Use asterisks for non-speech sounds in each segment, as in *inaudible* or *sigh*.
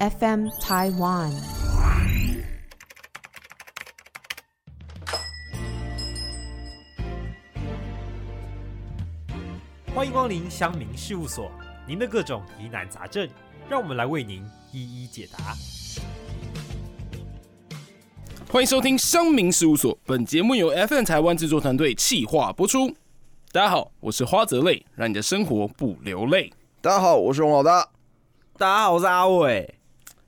FM Taiwan。欢迎光临乡民事务所，您的各种疑难杂症，让我们来为您一一解答。欢迎收听乡民事务所，本节目由 FN 台湾制作团队企划播出。大家好，我是花泽类，让你的生活不流泪，大家好，我是王老大。大家好，我是阿伟。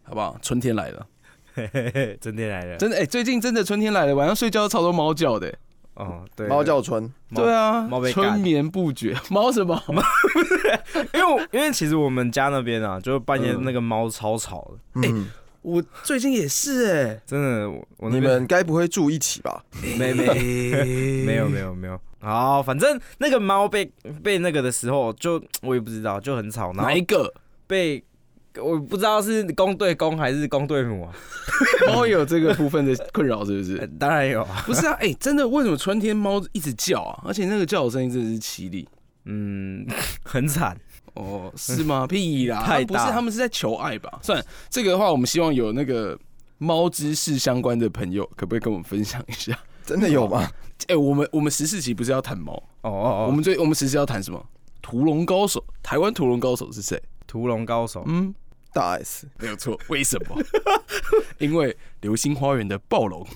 好不好？春天来了，嘿嘿嘿， *laughs* 真的来了。真的哎、最近真的春天来了，晚上睡觉都吵到猫叫的、哦，对，猫叫春，猫对，啊猫被，干春眠不觉，猫什么？ *laughs* 因为我因为其实我们家那边啊，就是半夜那个猫超吵的，嗯，我 *laughs* 最近也是哎、真的。我我你那边们该不会住一起吧？ *laughs* 没没 *laughs* 没有没有没有。好，反正那个猫被被那个的时候，就我也不知道，就很吵，然后哪一个？被我不知道是公对公还是公对母啊。猫有这个部分的困扰是不是呃？当然有啊， *laughs* 不是啊，哎、真的，为什么春天猫一直叫啊？而且那个叫的声音真的是凄厉嗯， *laughs* 很惨。哦，是 *laughs* 吗？屁啦，太他不是大他们是在求爱吧？算了这个的话，我们希望有那个猫知识相关的朋友，可不可以跟我们分享一下？ *laughs* 真的有吗？哎、我们我们十四集不是要谈猫？哦哦我哦，们最我们十四要谈什么？屠龙高手，台湾屠龙高手是谁？屠龙高手。嗯，大 S，没有错。为什 *laughs* 么？因为《流星花园》的暴龙，好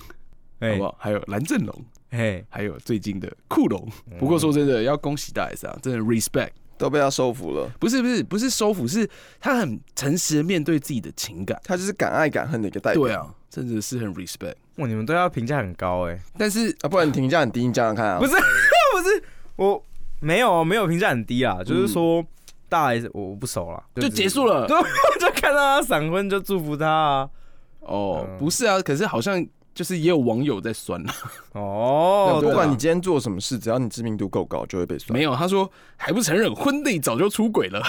哎嗯不好？还有蓝正龙，嘿，还有最近的酷龙。嗯不过说真的，要恭喜大 S 啊，真的 respect。都被他收服了。不是不是不是收服，是他很诚实的面对自己的情感。他就是敢爱敢恨的一个代表。对啊，真的是很 respect。哇，你们对他评价很高哎。但是啊，不然你评价很低，你讲讲看啊。不是 *laughs* 我没有没有评价很低啊，就是嗯说大 S 我我不熟啦，就结束。了 *laughs* 对，我就看到他闪婚就祝福他啊。哦，嗯不是啊，可是好像就是也有网友在酸啊了。哦，不管对你啊今天做什么事，只要你知名度够高，就会被算。没有，他说还不承认婚内早就出轨了。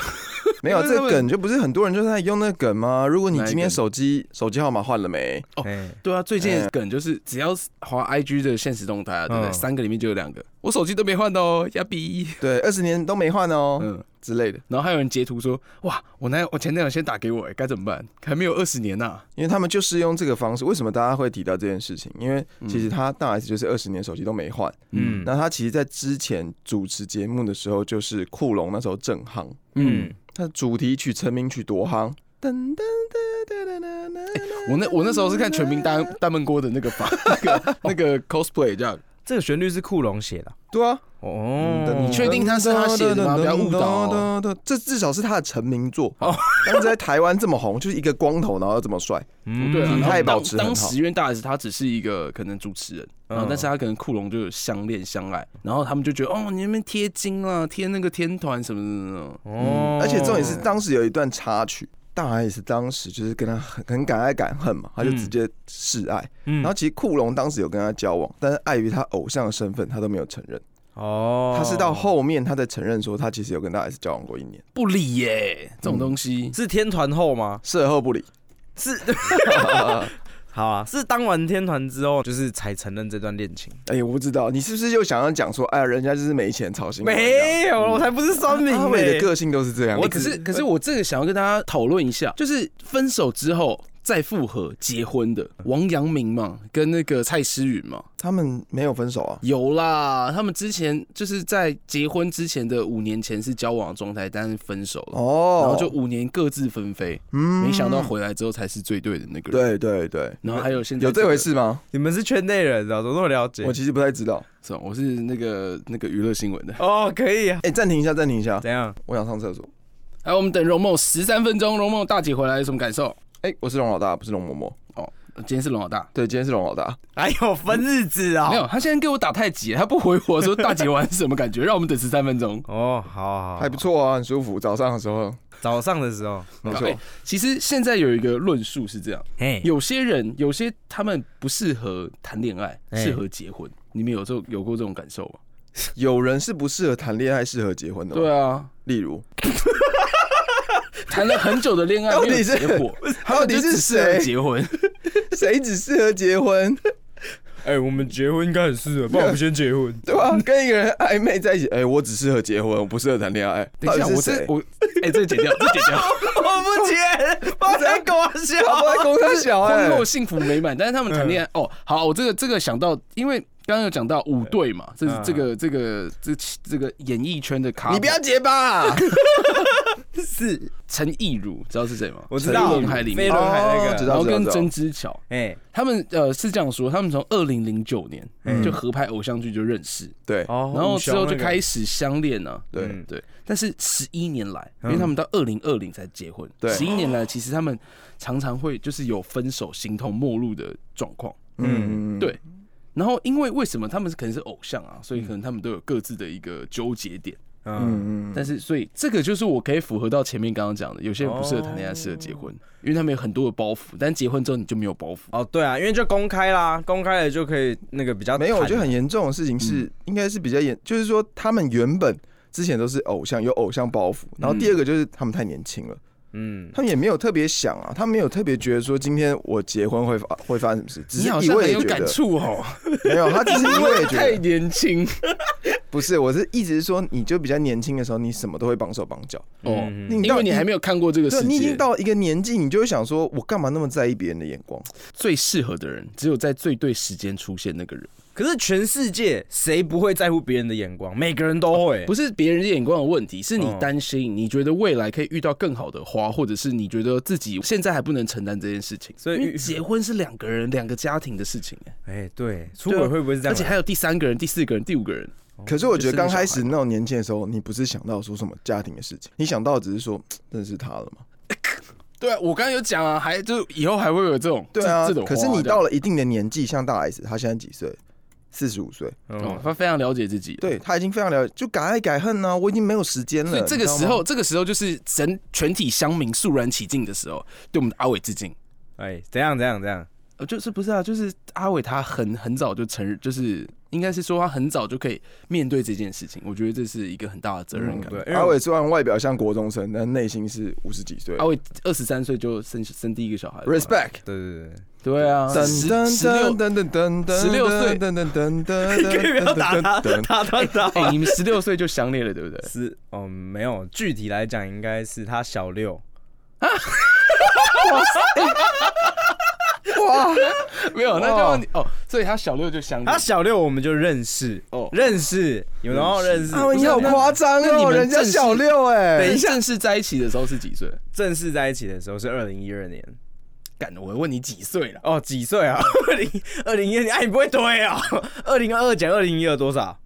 没有因为这他们个梗，就不是很多人就在用那个梗吗？如果你哪一今天梗手机手机号码换了没？哦哎对啊，最近 *laughs* 的梗就是只要是滑 IG 的现实动态啊，对不对？嗯三个里面就有两个，我手机都没换哦，亚比。对，二十年都没换哦嗯，之类的，然后还有人截图说，哇，我男友我前男友先打给我，哎，该怎么办？还没有二十年呐、因为他们就是用这个方式。为什么大家会提到这件事情？因为其实他大 S 就是二十年手机都没换，嗯那他其实在之前主持节目的时候，就是库龙那时候正夯。嗯，它的主题曲、成名曲多夯。噔噔噔噔噔噔噔我那我那时候是看《全民大大闷锅》的那个版那个那个 cosplay 这样，这个旋律是库龙写的啊。对啊，哦，嗯你确定他是他写的吗不要误导哦噔噔噔噔这至少是他的成名作。哦但是在台湾这么红，就是一个光头，然后又这么帅，嗯对啊，体然后态当保持很好当时因为大 S 她只是一个可能主持人，然后但是她可能库龙就嗯有相恋相爱，然后他们就觉得哦，你那边贴金啦，贴那个天团什么什么什么，哦嗯而且重点是当时有一段插曲。大 S 当时就是跟他很很敢爱敢恨嘛，嗯他就直接示爱。嗯然后其实库龙当时有跟他交往，但是碍于他偶像的身份，他都没有承认。哦，他是到后面他才承认说，他其实有跟大 S 交往过一年，不理耶，这种东西。是天团后吗？事后不理。 *laughs* 是， *laughs* 好啊，是当完天团之后，就是才承认这段恋情。哎、我不知道你是不是又想要讲说，哎呀，人家就是没钱操心。没嗯有，我才不是酸民欸阿伟嘞的个性都是这样。哎我可是可是我这个想要跟大家讨论一下，就是分手之后再复合结婚的王阳明嘛，跟那个蔡诗芸嘛，他们没有分手啊，有啦，他们之前就是在结婚之前的五年前是交往的状态，但是分手了。哦，然后就五年各自纷飞，嗯没想到回来之后才是最对的那个人。对对对，然后还有现在有这个回，事吗？你们是圈内人啊的，怎么那么了解我？其实不太知道。是吧我是那个那个娱乐新闻的。哦，可以啊。哎，暂停一下，暂停一下，怎样？我想上厕所。来，我们等容梦十三分钟，容梦大姐回来有什么感受？哎，我是龙老大，不是龙嬷嬷。今天是龙老大，对，今天是龙老哦大。还有分日子啊、没有，他现在给我打太极，他不回我说大姐玩什么感觉？让我们等十三分钟。哦，好好好，还不错啊，很舒服。早上的时候，早上的时候， *laughs* 没错哎哎，其实现在有一个论述是这样：嘿，有些人，有些他们不适合谈恋爱，哎适合结婚。你们有这种有过这种感受吗？有人是不适合谈恋爱，适合结婚的。对啊，啊，例如，谈了很久的恋爱到底没有是结果， *laughs* 他到们底就是只适合谁结婚。谁只适合结婚？哎、我们结婚应该很适合，不然我们先结 *laughs* 婚。对吧？跟一个人暧昧在一起，哎，我只适合结婚，我不适合谈恋爱。等一下，到底我是这谁？我哎，这个剪掉，这个剪掉。我不结，我才管 *laughs* 笑，他不在公司小哎、嗯婚后幸福美满，但是他们谈恋爱、哦，好，我这个这个想到，因为刚刚有讲到五队嘛，这是嗯这个这个这这个演艺圈的卡，你不要结巴、 *laughs* 啊，是，陈亦儒，知道是谁吗？我知道飞轮海里飞面，轮海那哦个，知道然后跟知道曾之乔，哎，他们呃是这样说，他们从二零零九年嗯就合拍偶像剧就认识，对哦然后之后就开始相恋呢、对嗯对，但是十一年来，因嗯为他们到二零二零才结婚，对十一年来其实他们常常会就是有分手、形同陌路的状况。嗯，对然后因为为什么他们是可能是偶像啊，所以可能他们都有各自的一个纠结点。嗯，嗯嗯，但是所以这个就是我可以符合到前面刚刚讲的，有些人不适合谈恋爱，哦适合结婚，因为他们有很多的包袱，但结婚之后你就没有包袱。哦，对啊，因为就公开啦，公开了就可以那个比较没有，我觉得坦很严重的事情是，嗯应该是比较严，就是说他们原本之前都是偶像，有偶像包袱。嗯然后第二个就是他们太年轻了，嗯，他们也没有特别想啊，他们没有特别觉得说今天我结婚会发会发生什么事，只是你好一像味很有地觉感得触 *laughs* 哦，没有，他只是一味地觉 *laughs* 太得年轻不是，我是一直说你就比较年轻的时候，你什么都会帮手帮脚，哦，嗯你因到为你还没有看过这个世对界。你已经到了一个年纪，你就会想说我干嘛那么在意别人的眼光？最适合的人，只有在最对时间出现那个人，可是全世界谁不会在乎别人的眼光？每个人都会，不是别人的眼光的问题，是你哦担心，你觉得未来可以遇到更好的花，或者是你觉得自己现在还不能承担这件事情。所以因为结婚是两个人、两个家庭的事情，哎哎，对，出轨会不会是这而样且来？还有第三个人、第四个人、第五个人。可是我觉得刚开哦就始是那种年轻的时候，你不是想到说什么家庭的事情，你想到的只是说嘖认识他了嘛。对啊，我刚刚有讲啊，还就以后还会有这种对啊这这种，花可是你到了，了一定的年纪，像大 S，她现在几岁？四十五岁，哦嗯，他非常了解自己。。对她已经非常了解，就改爱改恨呢、我已经没有时间了。所以这个你知时道吗候，，这个时候就是整全体乡民肃然起敬的时候，对我们的阿伟致敬。哎，怎样怎样怎样？呃，就是不是啊？就是阿伟他很很早就承认，就是应该是说他很早就可以面对这件事情。我觉得这是一个很大的责任感。对，因为阿我伟虽然外表像国中生，但内心是五十几岁阿。伟二十三岁就生生第一个小孩了嘛 Respect，对对 *laughs* 对，对啊，噔十噔十六噔，噔噔噔， 16岁噔噔噔噔噔， *laughs* 可以不要打他，噔打断他。？哎、你们十六岁就相恋了，对不对是，哦，没有，具体来讲应该是他小六，没有，那哇就哦，所以他小六就相恋他。小六我们就认识，哦认识，有然后认识，阿伟你好不是夸张那你哦，们人家正式小六哎，下，正式在一起的时候是几岁？正式在一起的时候是二零一二年，干，我问你几岁了？哦，几岁啊？ *laughs* 二零二零一二年，哎，你不会推啊？ *laughs* 二零二二减二零一二多少？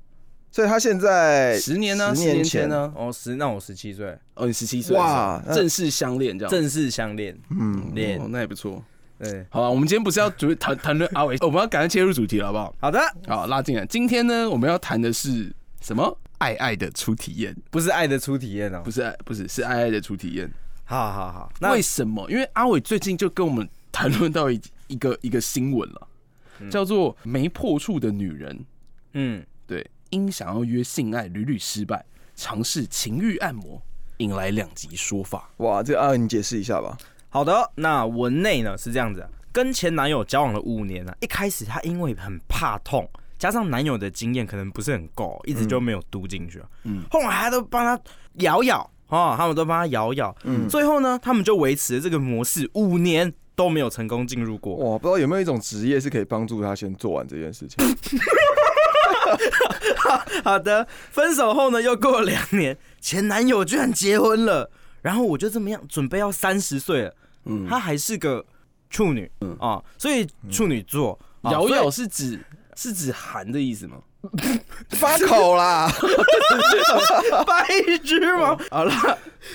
所以他现在十年呢、哎十年年前呢、哦，十，那我十七岁，哦，你十七岁的时候，哇那正式相恋这样。正式相恋，嗯，恋哦，那也不错。对，好了，我们今天不是要主谈谈论阿伟，我们要赶快切入主题了，好不好？好的，好，拉进来。今天呢，我们要谈的是什么？爱爱的初体验，不是爱的初体验哦不，是爱，不是是爱爱的初体验。好好好，那为什么？因为阿伟最近就跟我们谈论到一一个一个新闻了，叫做“没破处的女人嗯，”，对，因想要约性爱屡屡失败，尝试情欲按摩，引来两极说法。哇，这个阿伟你解释一下吧。好的，那文内呢是这样子啊、跟前男友交往了五年呢、一开始她因为很怕痛，加上男友的经验可能不是很够，一直就没有嘟进去、啊。嗯嗯，后来他都帮他咬咬哦，他们都帮他咬咬。嗯，最后呢，他们就维持了这个模式五年都没有成功进入过。哇，不知道有没有一种职业是可以帮助他先做完这件事情？好的，分手后呢，又过了两年，前男友居然结婚了，然后我就这么样，准备要三十岁了，嗯，她还是个处女，嗯啊、所以处女座。啊咬所以咬是指是指含的意思吗？ *laughs* 发口啦！白痴吗？哦好了，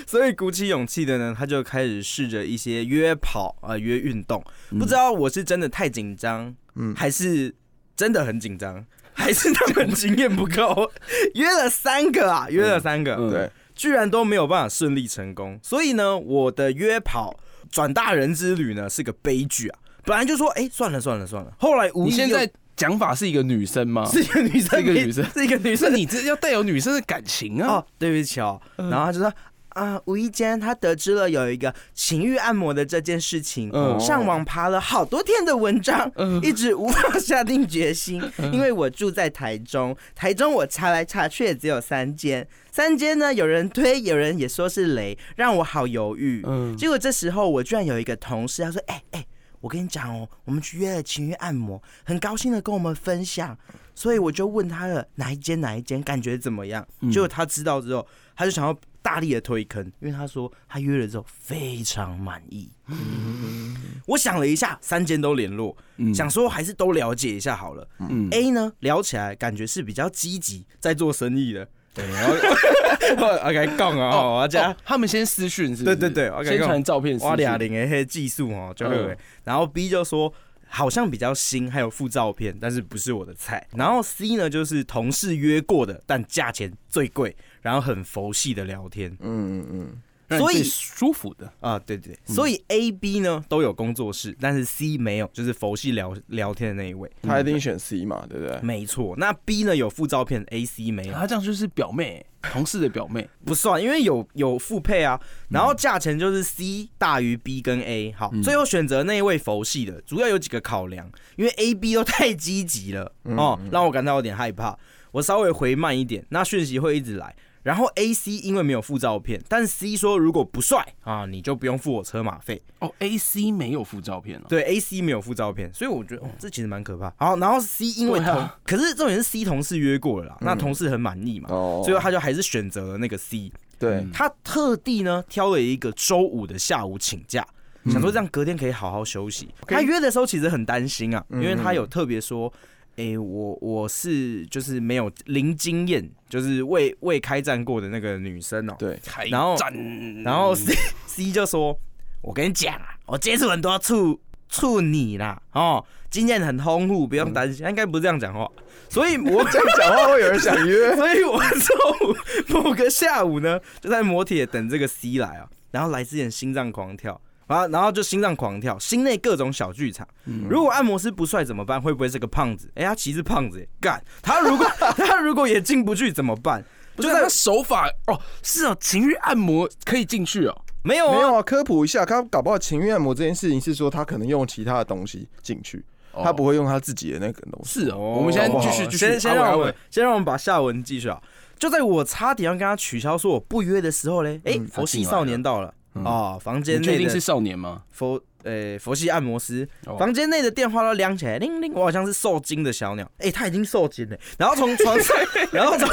所以鼓起勇气的呢，他就开始试着一些约跑啊、呃约运动。嗯不知道我是真的太紧张，嗯还是真的很紧张， *laughs* 还是他们经验不够？ *laughs* 约了三个啊，约了三个，嗯 *laughs* 对，居然都没有办法顺利成功。所以呢，我的约跑转大人之旅呢是个悲剧啊。本来就说，哎、算了算了算了。后来无你意现又在讲法是一个女生吗？ *laughs* 是一个女生， *laughs* 是一个女生是一个女女生生，，你这要带有女生的感情啊！哦，对不起哦。然后他就说：“啊、无意间他得知了有一个情欲按摩的这件事情，嗯上网爬了好多天的文章，嗯 *laughs* 一直无法下定决 *laughs* 心，因为我住在台中，台中我查来查去也只有三间，三间呢有人推，有人也说是雷，让我好犹豫。嗯结果这时候我居然有一个同事，他说：“哎、哎、我跟你讲哦，我们去约了情欲按摩，很高兴的跟我们分享。”所以我就问他了哪一间哪一间，感觉怎么样？嗯结果他知道之后，他就想要大力的推坑，因为他说他约了之后非常满意。我想了一下，三间都联络，想说还是都了解一下好了。A 呢，聊起来感觉是比较积极，在做生意的。对，然后 *laughs* 我该杠啊，哦我家哦他们先私讯是不对是？对对我跟你先讲传照片私哇讯俩。零的黑技术哦，就会嗯。然后 B 就说好像比较新，还有附照片，但是不是我的菜。然后 C 呢，就是同事约过的，但价钱最贵，然后很佛系的聊天嗯嗯嗯，让你所以最舒服的，啊，对对嗯对。所以 A、B 呢都有工作室，但是 C 没有，就是佛系聊聊天的那一位。他一定选 C 嘛，对不对？没错，那 B 呢有附照片，A、C 没有。他这样就是表妹，同事的表妹。不算，因为有有复配嗯啊，然后价钱就是 C 大于 B 跟 A。好，嗯最后选择那一位佛系的，主要有几个考量，因为 A、B 都太积极了嗯哦，让我感到有点害怕。我稍微回慢一点，那讯息会一直来。然后 A、C 因为没有附照片，但 C 说如果不帅啊，你就不用付我车马费。哦，A C 没有附照片哦。对，A、C 没有附照片，所以我觉得、哦、这其实蛮可怕。好，然后 C 因为嗯对同，啊可是重点是 C 同事约过了啦，那同事很满意嘛，哦，最后他就还是选择了那个 C。对，他特地呢挑了一个周五的下午请假，想说这样隔天可以好好休息。他约的时候其实很担心啊，因为他有特别说。诶，我我是就是没有零经验，就是未未开战过的那个女生哦、对， *laughs* 开然后战，然后 C C 就说：“我跟你讲啊，我接触很多处处女啦，哦，经验很丰富，不用担心。应该不是这样讲话，哦所以我 *laughs* 这样讲话会有人想 *laughs* 约，所以我周五某个下午呢，就在摩铁等这个 C 来啊，然后来之前心脏狂跳，然后然后就心脏狂跳，心内各种小剧场。如果按摩师不帅怎么办？会不会是个胖子？哎、他其实胖子耶干他如果 *laughs* 他如果也进不去怎么办？不就是在他手法哦，是哦，情欲按摩可以进去哦。没有没啊，有啊，科普一下，他搞不好情欲按摩这件事情是说他可能用其他的东西进去，哦他不会用他自己的那个东西。是哦，我们先好不继好续啊继续，先先阿伟让我阿们伟先让我们把下文继续啊。就在我差点要跟他取消说我不约的时候嘞，哎、嗯佛系少年到了哦，房嗯间你内确定的是少年吗？佛呃佛系按摩师，哦房间内的电话都亮起来，铃铃，我好像是受惊的小鸟，哎、他已经受惊了，然后从 *laughs* 床上，然后从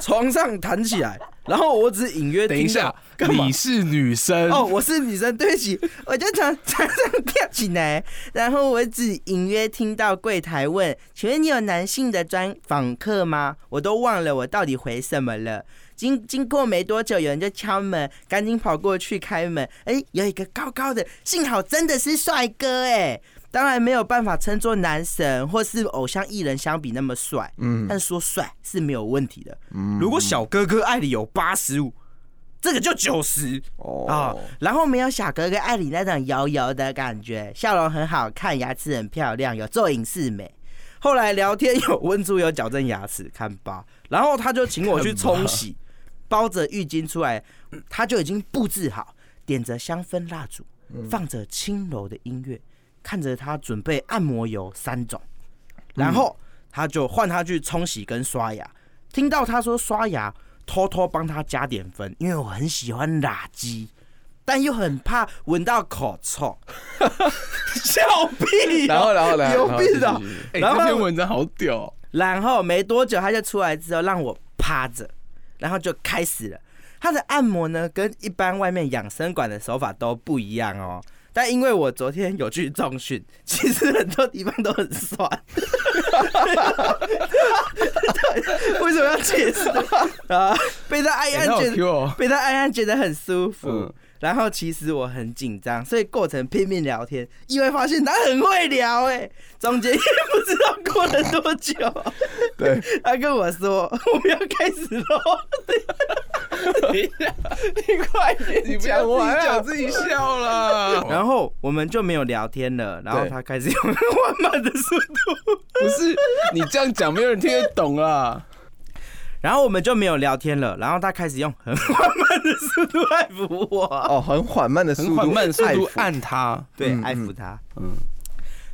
床上弹起来，然后我只隐 *laughs* 约等一听下到，干嘛你？是女生哦，我是女生，对不起， *laughs* 我就从床上跳起来，然后我只隐约听到柜台问：“请问你有男性的专访客吗？”我都忘了我到底回什么了。经经过没多久，有人就敲门，赶紧跑过去开门。哎、有一个高高的，幸好真的是帅哥哎、当然没有办法称作男神或是偶像艺人相比那么帅，嗯，但说帅是没有问题的。如果小哥哥爱里有八十五，这个就九十，啊哦，，然后没有小哥哥爱你那种油油的感觉，笑容很好看，牙齿很漂亮，有做影视美。后来聊天有温猪有矫正牙齿，看吧。然后他就请我去冲洗，包着浴巾出来，他就已经布置好，点着香氛蜡烛，放着轻柔的音乐，看着他准备按摩油三种，嗯然后他就换他去冲洗跟刷牙。听到他说刷牙，偷偷帮他加点分，因为我很喜欢垃圾。但又很怕闻到口臭， *laughs* 笑屁啊、然后然后然后有病的然后继续继续哎，然后这篇文章好屌哦，然后没多久他就出来之后让我趴着，然后就开始了。他的按摩呢，跟一般外面养生馆的手法都不一样哦。但因为我昨天有去重训，其实很多地方都很酸。为什么要解释啊？被他按一哎按那好觉得 Q 哦，被他按按觉得很舒服。嗯然后其实我很紧张，所以过程拼命聊天，意外发现他很会聊哎、中间也不知道过了多久，对，他跟我说 *laughs* 我们要开始喽， *laughs* 等一下，你快点你不要讲自完己啊讲自己笑了。 *laughs* 然后我们就没有聊天了，然后对他开始用缓慢的速度，不是你这样讲，没有人听得懂啊。然后我们就没有聊天了，然后他开始用很缓慢的速度爱抚我，哦，很缓慢的速很度，缓慢速爱度抚按他，对，嗯爱嗯抚他，嗯，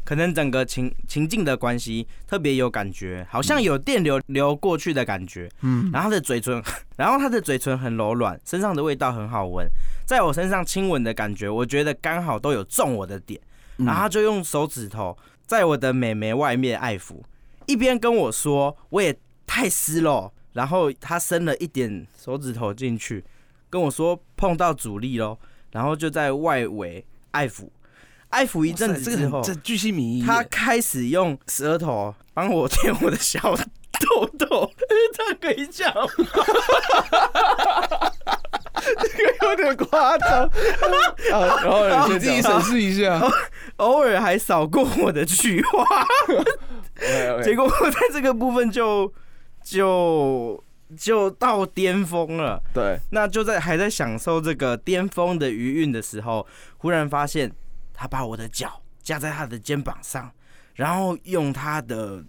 可能整个情情境的关系特别有感觉，好像有电流流过去的感觉。嗯，然后他的嘴唇， *laughs* 然后他的嘴唇很柔软，身上的味道很好闻，在我身上亲吻的感觉，我觉得刚好都有中我的点。然后他就用手指头在我的美眉外面爱抚，一边跟我说我也太湿了，然后他伸了一点手指头进去，跟我说碰到阻力喽，然后就在外围爱抚。爱抚一阵哇塞子这之个后，很这巨细靡遗耶，他开始用舌头帮我舔我的小豆豆，他可以讲吗，有点夸 *laughs* 张。啊，然后呢你自你自己己审视一 *laughs* 下，偶尔还扫过我的菊花。结结果我在这个部分就就就到巅峰了。对，那就在还在享受这个巅峰的余韵的时候，忽然发现他把我的脚架在他的肩膀上，然后用他的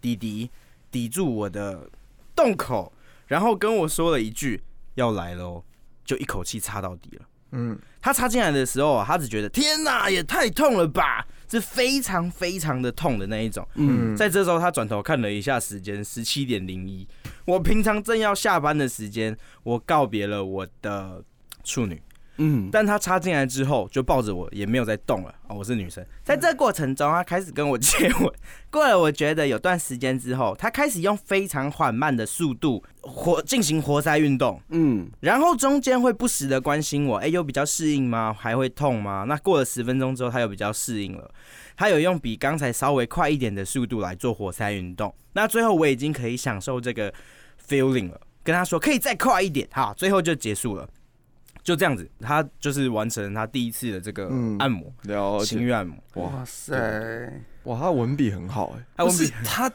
底底抵住我的洞口，然后跟我说了一句“要来喽”，就一口气插到底了。嗯，他插进来的时候啊，他只觉得天哪，也太痛了吧，是非常非常的痛的那一种。嗯，在这时候，他转头看了一下时间，十七点零一。我平常正要下班的时间，我告别了我的处女，嗯，但他插进来之后就抱着我，也没有再动了。哦，我是女生，在这过程中，他开始跟我 *laughs* 接吻。过了我觉得有段时间之后，他开始用非常缓慢的速度活进行活塞运动，嗯，然后中间会不时的关心我，哎、有比较适应吗？还会痛吗？那过了十分钟之后，他有比较适应了，他有用比刚才稍微快一点的速度来做活塞运动。那最后我已经可以享受这个 feeling 了，跟他说可以再快一点，好，最后就结束了，就这样子，他就是完成他第一次的这个嗯按摩，了情解。欲按摩。哇塞，哇，他文笔很好哎。哎，我不们是他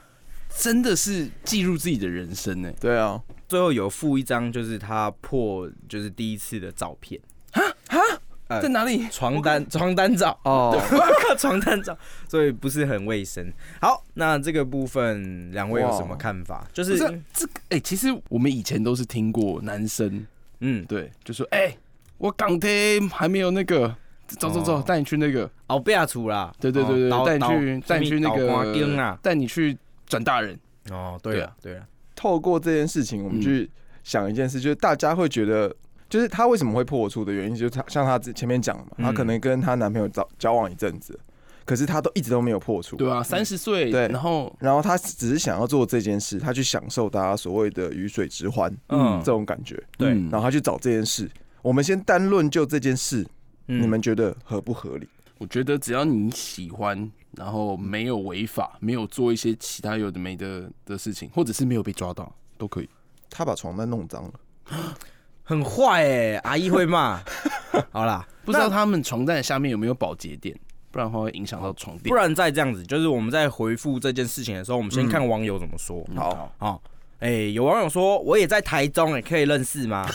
真的是记录自己的人生欸呢，对啊，最后有附一张就是他破就是第一次的照片，呃在哪里？床单床单照。 *laughs* 哦，床单照，所以不是很卫生。好，那这个部分两位有什么看法？就不是是啊这个，哎、其实我们以前都是听过男生嗯，对，就说哎、我港铁还没有那个，走走走，哦带、你去那个，熬贝亚厨啦，对对对哦对，带、刀你去刀带你去那什么刀光个，啊丁啊带你去转大人，哦，对了对了，透过这件事情，我们去想一件事，就是大家会觉得，就是她为什么会破处的原因，就是她像她之前面讲的嘛，嗯她可能跟她男朋友交交往一阵子，可是她都一直都没有破处。对啊，三十岁，对然后然后她只是想要做这件事，她去享受大家所谓的鱼水之欢，嗯嗯，这种感觉。对嗯然后她去找这件事，我们先单论就这件事，嗯你们觉得合不合理？我觉得只要你喜欢，然后没有违法，没有做一些其他有的没的的事情，或者是没有被抓到，都可以。她把床单弄脏了，很坏哎，阿姨 *laughs* 会骂。好啦，不知道他们床单下面有没有保洁垫，不然的话会影响到床不垫。然再这样子，就是我们在回复这件事情的时候，我们先看网友怎么说。好，哦，哎，有网友说我也在台中，哎，可以认识吗？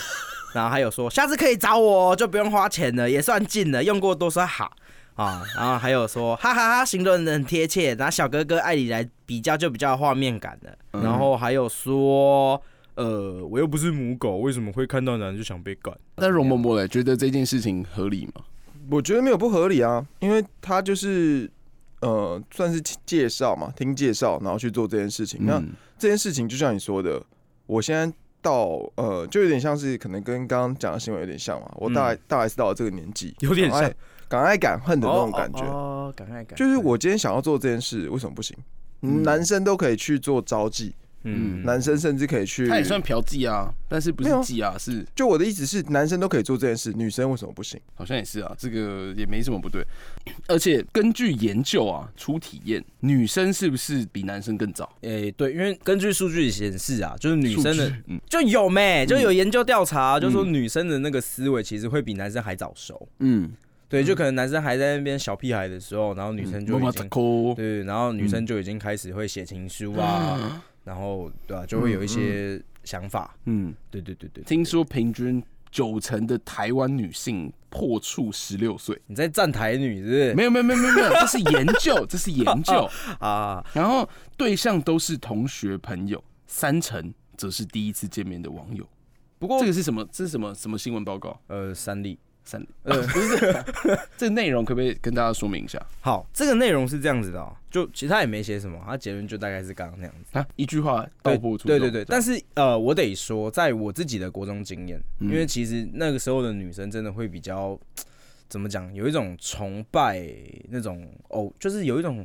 然后还有说下次可以找我哦，就不用花钱了，也算近了，用过多说好啊。然后还有说哈哈哈，形容的很贴切，拿小哥哥爱你来比较就比较有画面感的。然后还有说。呃，我又不是母狗，为什么会看到男人就想被干？但容嬷嬷嘞，觉得这件事情合理吗？我觉得没有不合理啊，因为她就是。呃，算是介绍嘛，听介绍，然后去做这件事情。那嗯这件事情就像你说的，我现在到呃，就有点像是可能跟刚刚讲的新闻有点像嘛。我大、大 S 到了这个年纪，嗯有点像敢爱敢爱敢恨的那种感觉。哦，感慨感，就是我今天想要做这件事，为什么不行？嗯男生都可以去做招妓，嗯男生甚至可以去。他也算嫖妓啊，但是不是没有妓啊，是就我的意思是，男生都可以做这件事，女生为什么不行？好像也是啊，这个也没什么不对。而且根据研究啊，初体验女生是不是比男生更早？诶、对，因为根据数据显示啊，就是女生的数据嗯就有没就有研究调查、啊就说女生的那个思维其实会比男生还早熟。嗯，对，就可能男生还在那边小屁孩的时候，然后女嗯生就已经、扣对，然后女嗯生就已经开始会写情书啊，然后对啊，就会有一些想法。嗯，对对对对，听说平均九成的台湾女性破处十六岁。你在站台女是不是？没有没有没有没有没有，这是研究， *laughs* 哦这是研究。啊，然后对象都是同学朋友，三成则是第一次见面的网友。不过这个是什么？这是什么什么新闻报告？呃，三例。三，呃， *laughs* 不是，这个内容可不可以跟大家说明一下好，这个内容是这样子的、哦，就其实他也没写什么，他结论就大概是刚刚那样子。啊？一句话道破出对对对，但是是呃，我得说，在我自己的国中经验，因嗯为其实那个时候的女生真的会比较怎么讲，有一种崇拜那种偶，就是有一种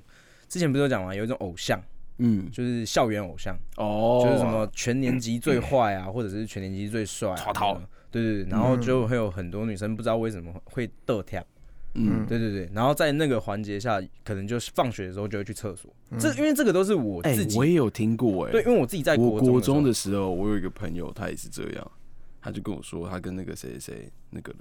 之前不是有讲嘛，有一种偶像，嗯，就是校园偶像，哦，就是什么全年级最坏啊，或者是全年级最帅、啊，淘淘什么的，对对对，然后就会有很多女生不知道为什么会得跳。嗯，对对对，然后在那个环节下，可能就是放学的时候就会去厕所。这因为这个都是我哎自，己、我也有听过哎，对，因为我自己在我国国中中的的时时候，我有一个朋友，他也是这样，他就跟我说，他跟那个谁谁谁那个了，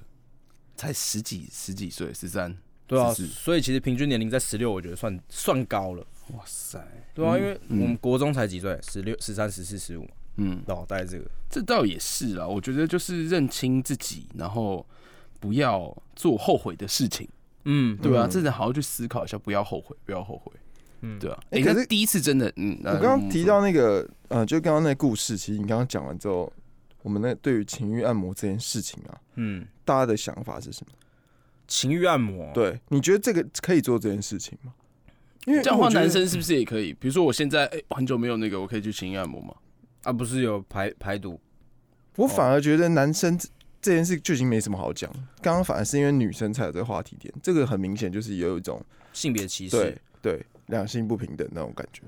才十几十几岁，十三，候对啊，是是所以其实平均年龄在十六，我觉得算算高了。哇塞，对啊，因为我们国中才几岁，十六、十三、十四、十五嘛，嗯，然后大概这个。这倒也是啦，我觉得就是认清自己，然后不要做后悔的事情，嗯，对啊，真的好好去思考一下，不要后悔，不要后悔，嗯，对啊，哎，哎可那是第一次真的，嗯，我我刚刚提到那个，呃，就刚刚那个故事，其实你刚刚讲完之后，我们那对于情欲按摩这件事情啊，嗯，大家的想法是什么？情欲按摩，，对，你觉得这个可以做这件事情吗？因为这样的话，我觉得男生是不是也可以？比如说我现在哎很久没有那个，我可以去情欲按摩吗？啊，不是有排排毒，我反而觉得男生这这件事就已经没什么好讲。刚刚反而是因为女生才有这个话题点，这个很明显就是有一种性别歧对视，哦对两性不平等那种感觉。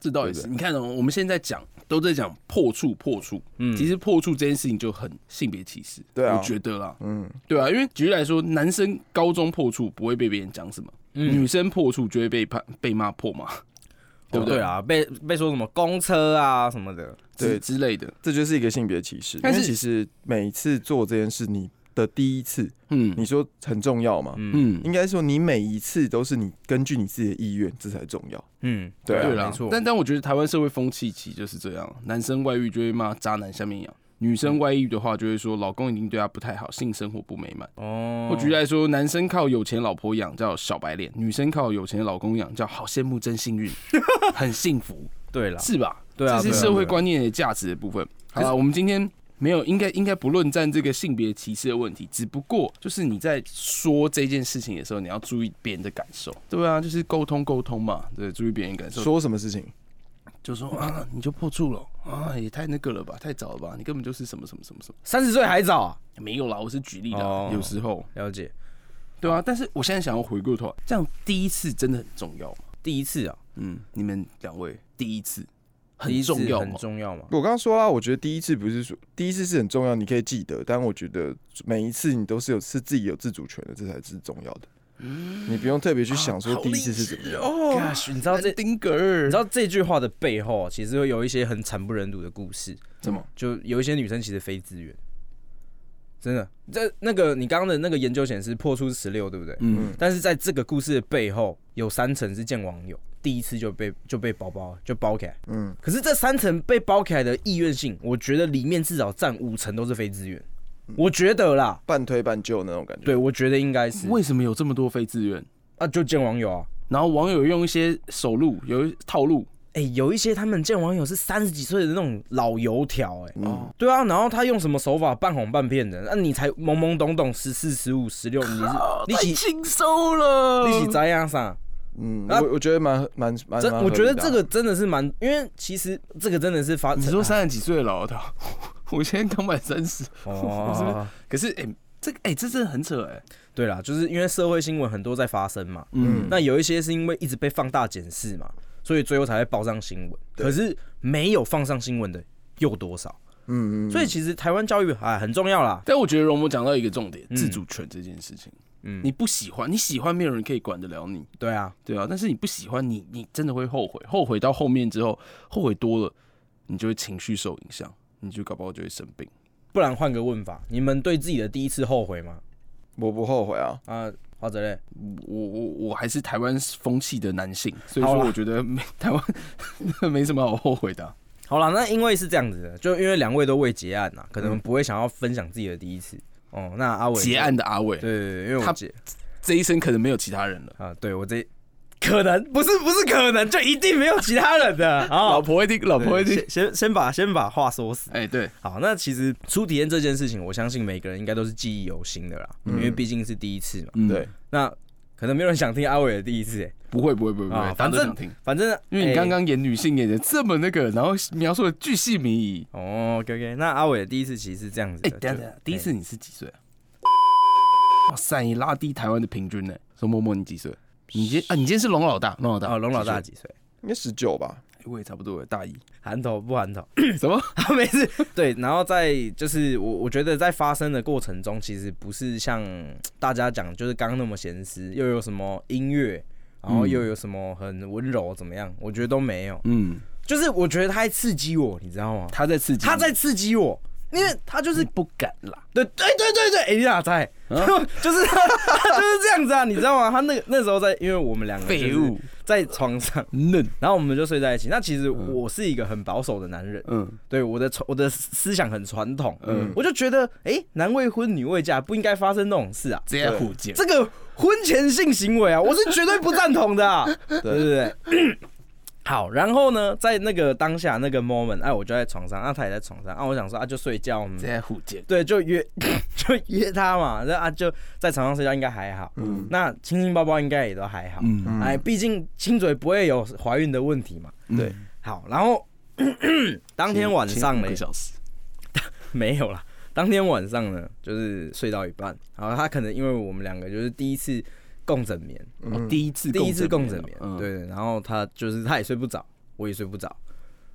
这倒也对是，不你看哦，我们现在讲都在讲破处破处，嗯，其实破处这件事情就很性别歧视，对啊我觉得啦，嗯，对啊，因为举例来说，男生高中破处不会被别人讲什么，嗯女，生破处就会被判被骂破嘛， *laughs* 对不对啊，被被说什么公车啊什么的，之对之类的，这就是一个性别歧视。但是因为其实每一次做这件事，你的第一次，嗯你说很重要吗？嗯嗯，应该说你每一次都是你根据你自己的意愿，这才重要。嗯，对啊啊对啦没错，，但但我觉得台湾社会风气其实就是这样，男生外遇就会骂渣男下面痒，女生外遇的话就会说老公已经对她不太好，性生活不美满。哦，或举例来说，男生靠有钱老婆养叫小白脸，女生靠有钱的老公养叫好羡慕真幸运， *laughs* 很幸福，对啦，是吧？对啊，这对是啊社对会啊观念的价值的部分。好可了，我们今天没有，应该应该不论战这个性别歧视的问题，只不过就是你在说这件事情的时候，你要注意别人的感受。对啊，就是沟通沟通嘛，对，注意别人感受。说什么事情？就说啊，你就破处了啊，也太那个了吧，太早了吧，你根本就是什么什么什么什三十岁还早啊，么，没有啦，我是举例啦，哦有时候，了解。对啊，但是我现在想要回过头来，这样第一次真的很重要嘛？第一次啊，嗯，你们两位第一次第很一次重要很吗？重要嘛。我刚刚说啦，我觉得第一次不是说第一次是很重要，你可以记得，但我觉得每一次你都是有是自己有自主权的，这才是重要的。嗯你不用特啊别去想说第一次是怎么样。哦 Gosh，你知道这丁格尔，你知道这句话的背后啊，其实会有一些很惨不忍睹的故事。怎么？就有一些女生其实非自愿，真的。这那个你刚刚的那个研究显示破出十六，对不对？嗯，但是在这个故事的背后，有三层是见网友第一次就被就被包包就包起来。嗯，可是这三层被包起来的意愿性，我觉得里面至少占五成都是非自愿。嗯我觉得啦，半推半就那种感觉。对，我觉得应该是为什么有这么多非自愿？啊，就见网友啊。然后网友用一些手路，有一套路，哎、有一些他们见网友是三十几岁的那种老油条、哎、嗯对啊，然后他用什么手法半哄半骗的？那、你才懵懵懂懂，十四、十五、十六，你是你太起轻松了，你起咋样啥？嗯，啊我我觉得蛮蛮蛮，这嗯蛮我觉得合理的啊这个真的是蛮，因为其实这个真的是发，你说三十几岁的老头， *laughs* 我现在刚满三十，哦，可是哎、这个哎、这真的很扯哎、 *laughs* 对啦，就是因为社会新闻很多在发生嘛，嗯，那有一些是因为一直被放大检视嘛，所以最后才会报上新闻。可是没有放上新闻的又多少？嗯嗯，所以其实台湾教育哎很重要啦，但我觉得容嬷讲到一个重点，嗯自主权这件事情，嗯你不喜欢，你喜欢没有人可以管得了你，对啊，对啊，但是你不喜欢，你你真的会后悔，后悔到后面之后，后悔多了，你就会情绪受影响，你就搞不好就会生病。不然换个问法，你们对自己的第一次后悔吗？我不后悔啊。啊，花泽类，我我我还是台湾风气的男性，所以好说啦我觉得 *laughs* 没台湾没什么好后悔的啊、好啦，那因为是这样子的，就因为两位都未结案啊呐、可能不会想要分享自己的第一次。哦，那阿伟结案，的阿伟对对对，因为我他结这一生可能没有其他人了。啊，对我这可能不是不是可能，就一定没有其他人 *laughs* 的老啊。婆会听，老婆会听先。先先把先把话说死。哎，对，好，那其实初体验这件事情，我相信每个人应该都是记忆犹新的啦，因为毕竟是第一次嘛。嗯对，那可能没有人想听阿伟的第一次、欸，不会不会不会不啊会，反反正正想听。反正因为你欸刚刚演女性演的这么那个，然后描述的巨细靡遗。哦，OK OK，那阿伟的第一次其实是这样子的。哎，等一下等就一下，第一次你是几岁啊？哇塞，你拉低台湾的平均呢？说默默你几岁？你今啊，你今天是龙老大，龙老欸大哦，龙老大几几岁？应该十九吧，岁，我也差不多大一。含头不含头？ *coughs* 什么？啊，没事。对，然后在就是我我觉得在发生的过程中，其实不是像大家讲就是刚刚那么闲思，又有什么音乐，然后嗯又有什么很温柔怎么样？我觉得都没有，嗯，就是我觉得他在刺激我，你知道吗？他在嗯刺激你，他在刺激我，因为他就是是不敢啦。对对对对对，哎、你哪在？嗯 *laughs* 就是他，他就是这样子啊，你知道吗？他那个那时候在，因为我们两个就是废物在床上，嫩，然后我们就睡在一起。那其实我是一个很保守的男人，嗯，对我的传我的思想很传统，嗯我就觉得，哎、男未婚女未嫁不应该发生那种事啊。直接虎剑。这个婚前性行为啊，我是绝对不赞同 *laughs* 的、啊，对不对？ *coughs* 好，然后呢，在那个当下那个 moment，哎、我就在床上，啊，他也在床上，啊，我想说，啊，就睡觉嘛直，接虎剑。对，就约 *coughs* 就约他嘛，那啊就在床上睡觉应该还好，嗯，那亲亲抱抱应该也都还好，嗯，哎，毕竟亲嘴不会有怀孕的问题嘛，对，好，*coughs* 然后当天晚上前呢五个，小时，没有啦，当天晚上呢，就是睡到一半，然后他可能因为我们两个就是第一次共枕眠，哦第一次嗯第一次共枕哦眠，嗯对，然后他就是他也睡不着，我也睡不着，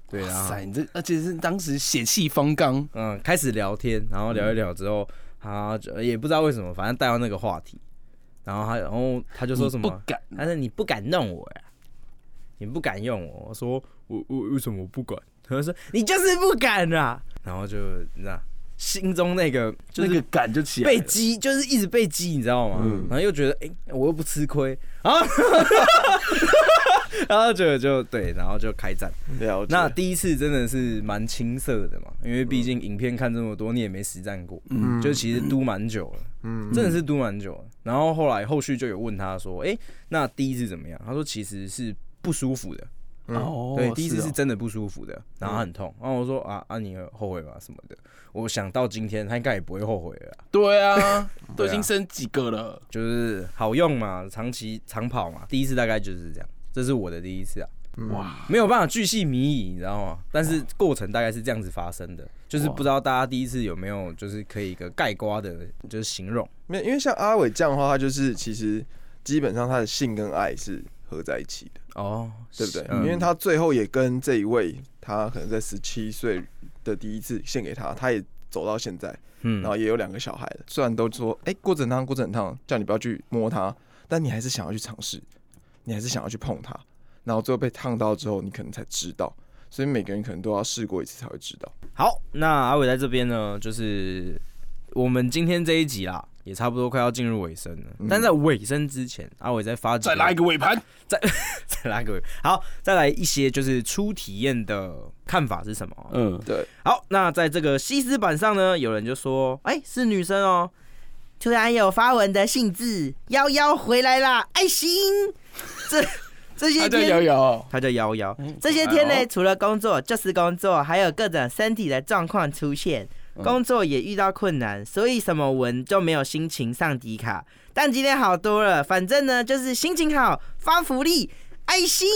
对，啊然哇后塞，你这而且是当时血气方刚，嗯，开始聊天，然后聊一聊之后，他就也不知道为什么，反正带到那个话题，然后他，然后他就说什你么哎不，敢他说你不敢弄我呀，你不敢用我，我说我我为什么我不敢？他说你就是不敢啊，然后就你知道，心中那个就那是个敢就起来被了。激，就是一直被激，你知道吗？然后又觉得，哎、我又不吃亏， *laughs* 然后然后就就对，然后就开战。了解。那第一次真的是蛮青涩的嘛，因为毕竟影片看这么多，你也没实战过，嗯就其实嘟蛮久了，嗯真的是嘟蛮久了。然后后来后续就有问他说，哎、那第一次怎么样？他说其实是不舒服的，哦对，第一次是哦真的不舒服的，然后很痛。然后我说啊啊，你有后悔吗？什么的？我想到今天他应该也不会后悔了啦。对啊，嗯都已经生几个了，就是好用嘛，长期长跑嘛，第一次大概就是这样，这是我的第一次啊，哇，没有办法巨细靡遗，你知道吗？但是过程大概是这样子发生的，就是不知道大家第一次有没有就是可以一个盖瓜的，就是形容，没有，因为像阿伟这样的话，他就是其实基本上他的性跟爱是合在一起的，哦，对不对？嗯因为他最后也跟这一位，他可能在十七岁的第一次献给他，他也走到现在，嗯然后也有两个小孩了。虽然都说，哎、过程汤，过程汤，叫你不要去摸它，但你还是想要去尝试，你还是想要去碰它，然后最后被烫到之后，你可能才知道。所以每个人可能都要试过一次才会知道。好，那阿伟在这边呢，就是我们今天这一集啦，也差不多快要进入尾声了，嗯但在尾声之前，阿伟再发几再拉一个尾盘， *laughs* 再拉一个，好，再来一些就是初体验的看法是什么？嗯，对，好，那在这个西施版上呢，有人就说，哎、是女生哦。突然有发文的兴致，幺幺回来啦，爱心。这这啊些对，瑶天，瑶，他叫幺幺。这这这些天呢，除了工作就是工作，还有各种身体的状况出现，工作也遇到困难，所以什么文就没有心情上迪卡。但今天好多了，反正呢就是心情好，发福利，爱心，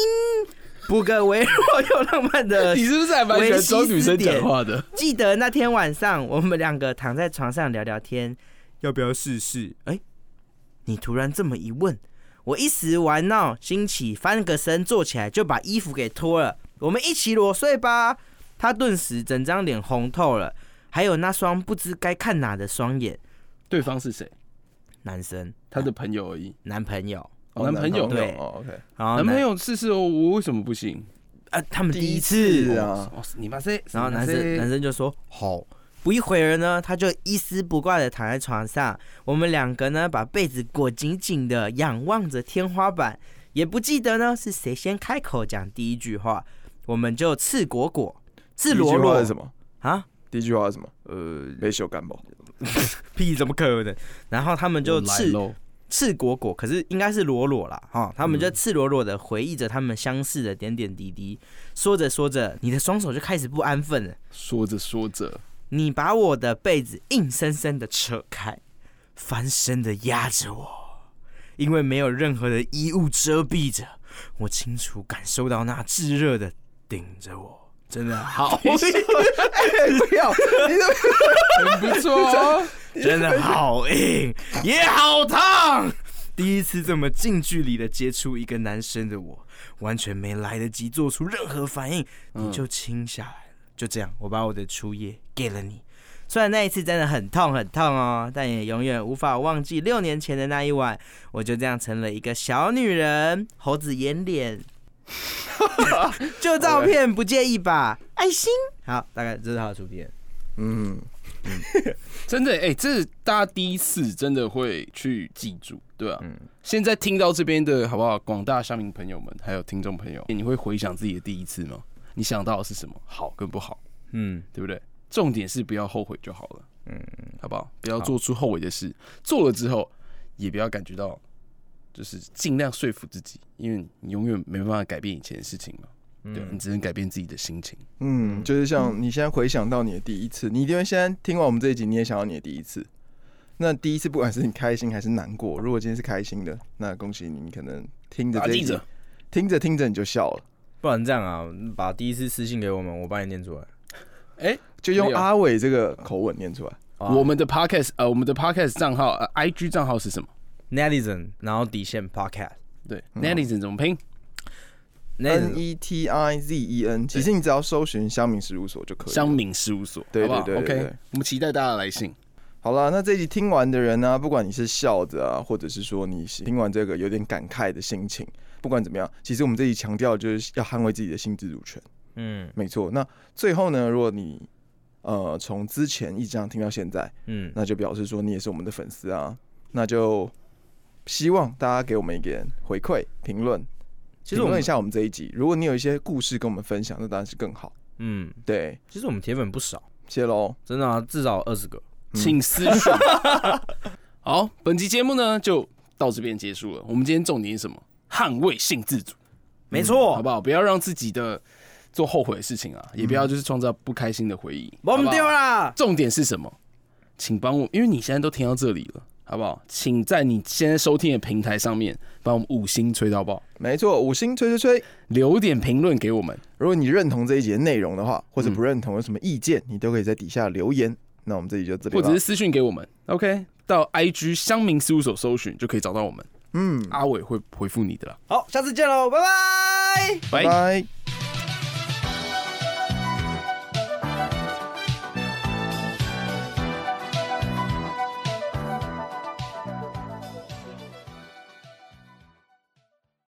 补个微弱又浪漫的 *laughs* 你是不是还蛮喜欢装女生讲话的？记得那天晚上，我们两个躺在床上聊聊天，要不要试试？哎、你突然这么一问，我一时玩闹兴起，翻个身坐起来就把衣服给脱了。我们一起裸睡吧。他顿时整张脸红透了，还有那双不知该看哪的双眼。对方是谁？男生他的朋友而已，男朋友，哦男朋友男对哦，OK，然后男朋男友试试哦，我为什么不行？啊，他们第一是次，啊，哦，你妈塞！然后男生男生就说好。不一会儿呢，他就一丝不挂的躺在床上，我们两个呢把被子裹紧紧的，仰望着天花板，也不记得呢是谁先开口讲第一句话，我们就赤果果、赤裸第一句话裸是什么？啊，第一句话是什么？呃，没修干吧？屁，怎么可能？然后他们就就来赤喽，赤果果，可是应该是裸裸啦，哈、他们就嗯赤裸裸的回忆着他们相似的点点滴滴，说着说着，你的双手就开始不安分了，说着说着，你把我的被子硬生生的扯开，翻身的压着我，因为没有任何的衣物遮蔽着，我清楚感受到那炙热的顶着我，真的好，不要，你怎么 *laughs* 很不错哦。真的好硬，也好烫。第一次这么近距离的接触一个男生的我，完全没来得及做出任何反应，你就亲下来了。就这样，我把我的初夜给了你。虽然那一次真的很痛很痛哦，但也永远无法忘记六年前的那一晚，我就这样成了一个小女人，猴子眼脸。旧照片不介意吧？爱心。好，大概这是他的图片。嗯，真的，哎、这大家第一次真的会去记住，对吧、嗯现在听到这边的好不好？广大乡民朋友们，还有听众朋友，你会回想自己的第一次吗？你想到的是什么？好跟不好，嗯，对不对？重点是不要后悔就好了，嗯，好不好？不要做出后悔的事，做了之后也不要感觉到，就是尽量说服自己，因为你永远没办法改变以前的事情嘛，对，你只能改变自己的心情。嗯，就是像你现在回想到你的第一次，你一定会现在听完我们这一集，你也想到你的第一次。那第一次，不管是你开心还是难过，如果今天是开心的，那恭喜你，你可能听着打这一啊记集者，，听着听着你就笑了，不然这样啊，把第一次私信给我们，我帮你念出来。哎、就用没有阿伟这个口吻念出来。我们的 podcast 呃，我们的 podcast 账号呃，IG 账号是什么？ Netizen，然后底线 Podcast。对，netizen 嗯怎么拼？哎 N Netizen， E T I Z E N，其实你只要搜寻乡民事务所就可以了。乡民事务所，对好不好对对对 o 对 k 我们期待大家的来信。好啦，那这一集听完的人呢、不管你是笑着啊，或者是说你听完这个有点感慨的心情，不管怎么样，其实我们这一集强调就是要捍卫自己的性自主权。嗯没错。那最后呢，如果你呃从之前一直这样听到现在，嗯，那就表示说你也是我们的粉丝啊。那就希望大家给我们一点回馈评论，其实评我论们一下我们这一集。如果你有一些故事跟我们分享，那当然是更好。嗯，对，其实我们铁粉不少，谢喽。真的啊，至少二十个。嗯请私 *laughs* 讯。好，本期节目呢就到这边结束了。我们今天重点是什么？捍卫性自主，没好哦错，不好？不要让自己的做后悔的事情嗯啊，也不要就是创造不开心的回忆。把我好不们好丢啦。重点是什么？请帮我，因为你现在都听到这里了，好不好？请在你现在收听的平台上面帮我们五星吹到爆，没错，五星吹吹吹。留点评论给我们。如果你认同这一节内容的话，或者嗯不认同有什么意见，你都可以在底下留言。那我们这集就这里或了，者是私讯给我们，OK，到 IG 乡民事务所搜寻就可以找到我们，嗯，阿伟会回复你的啦，好，下次见喽，拜拜。拜拜。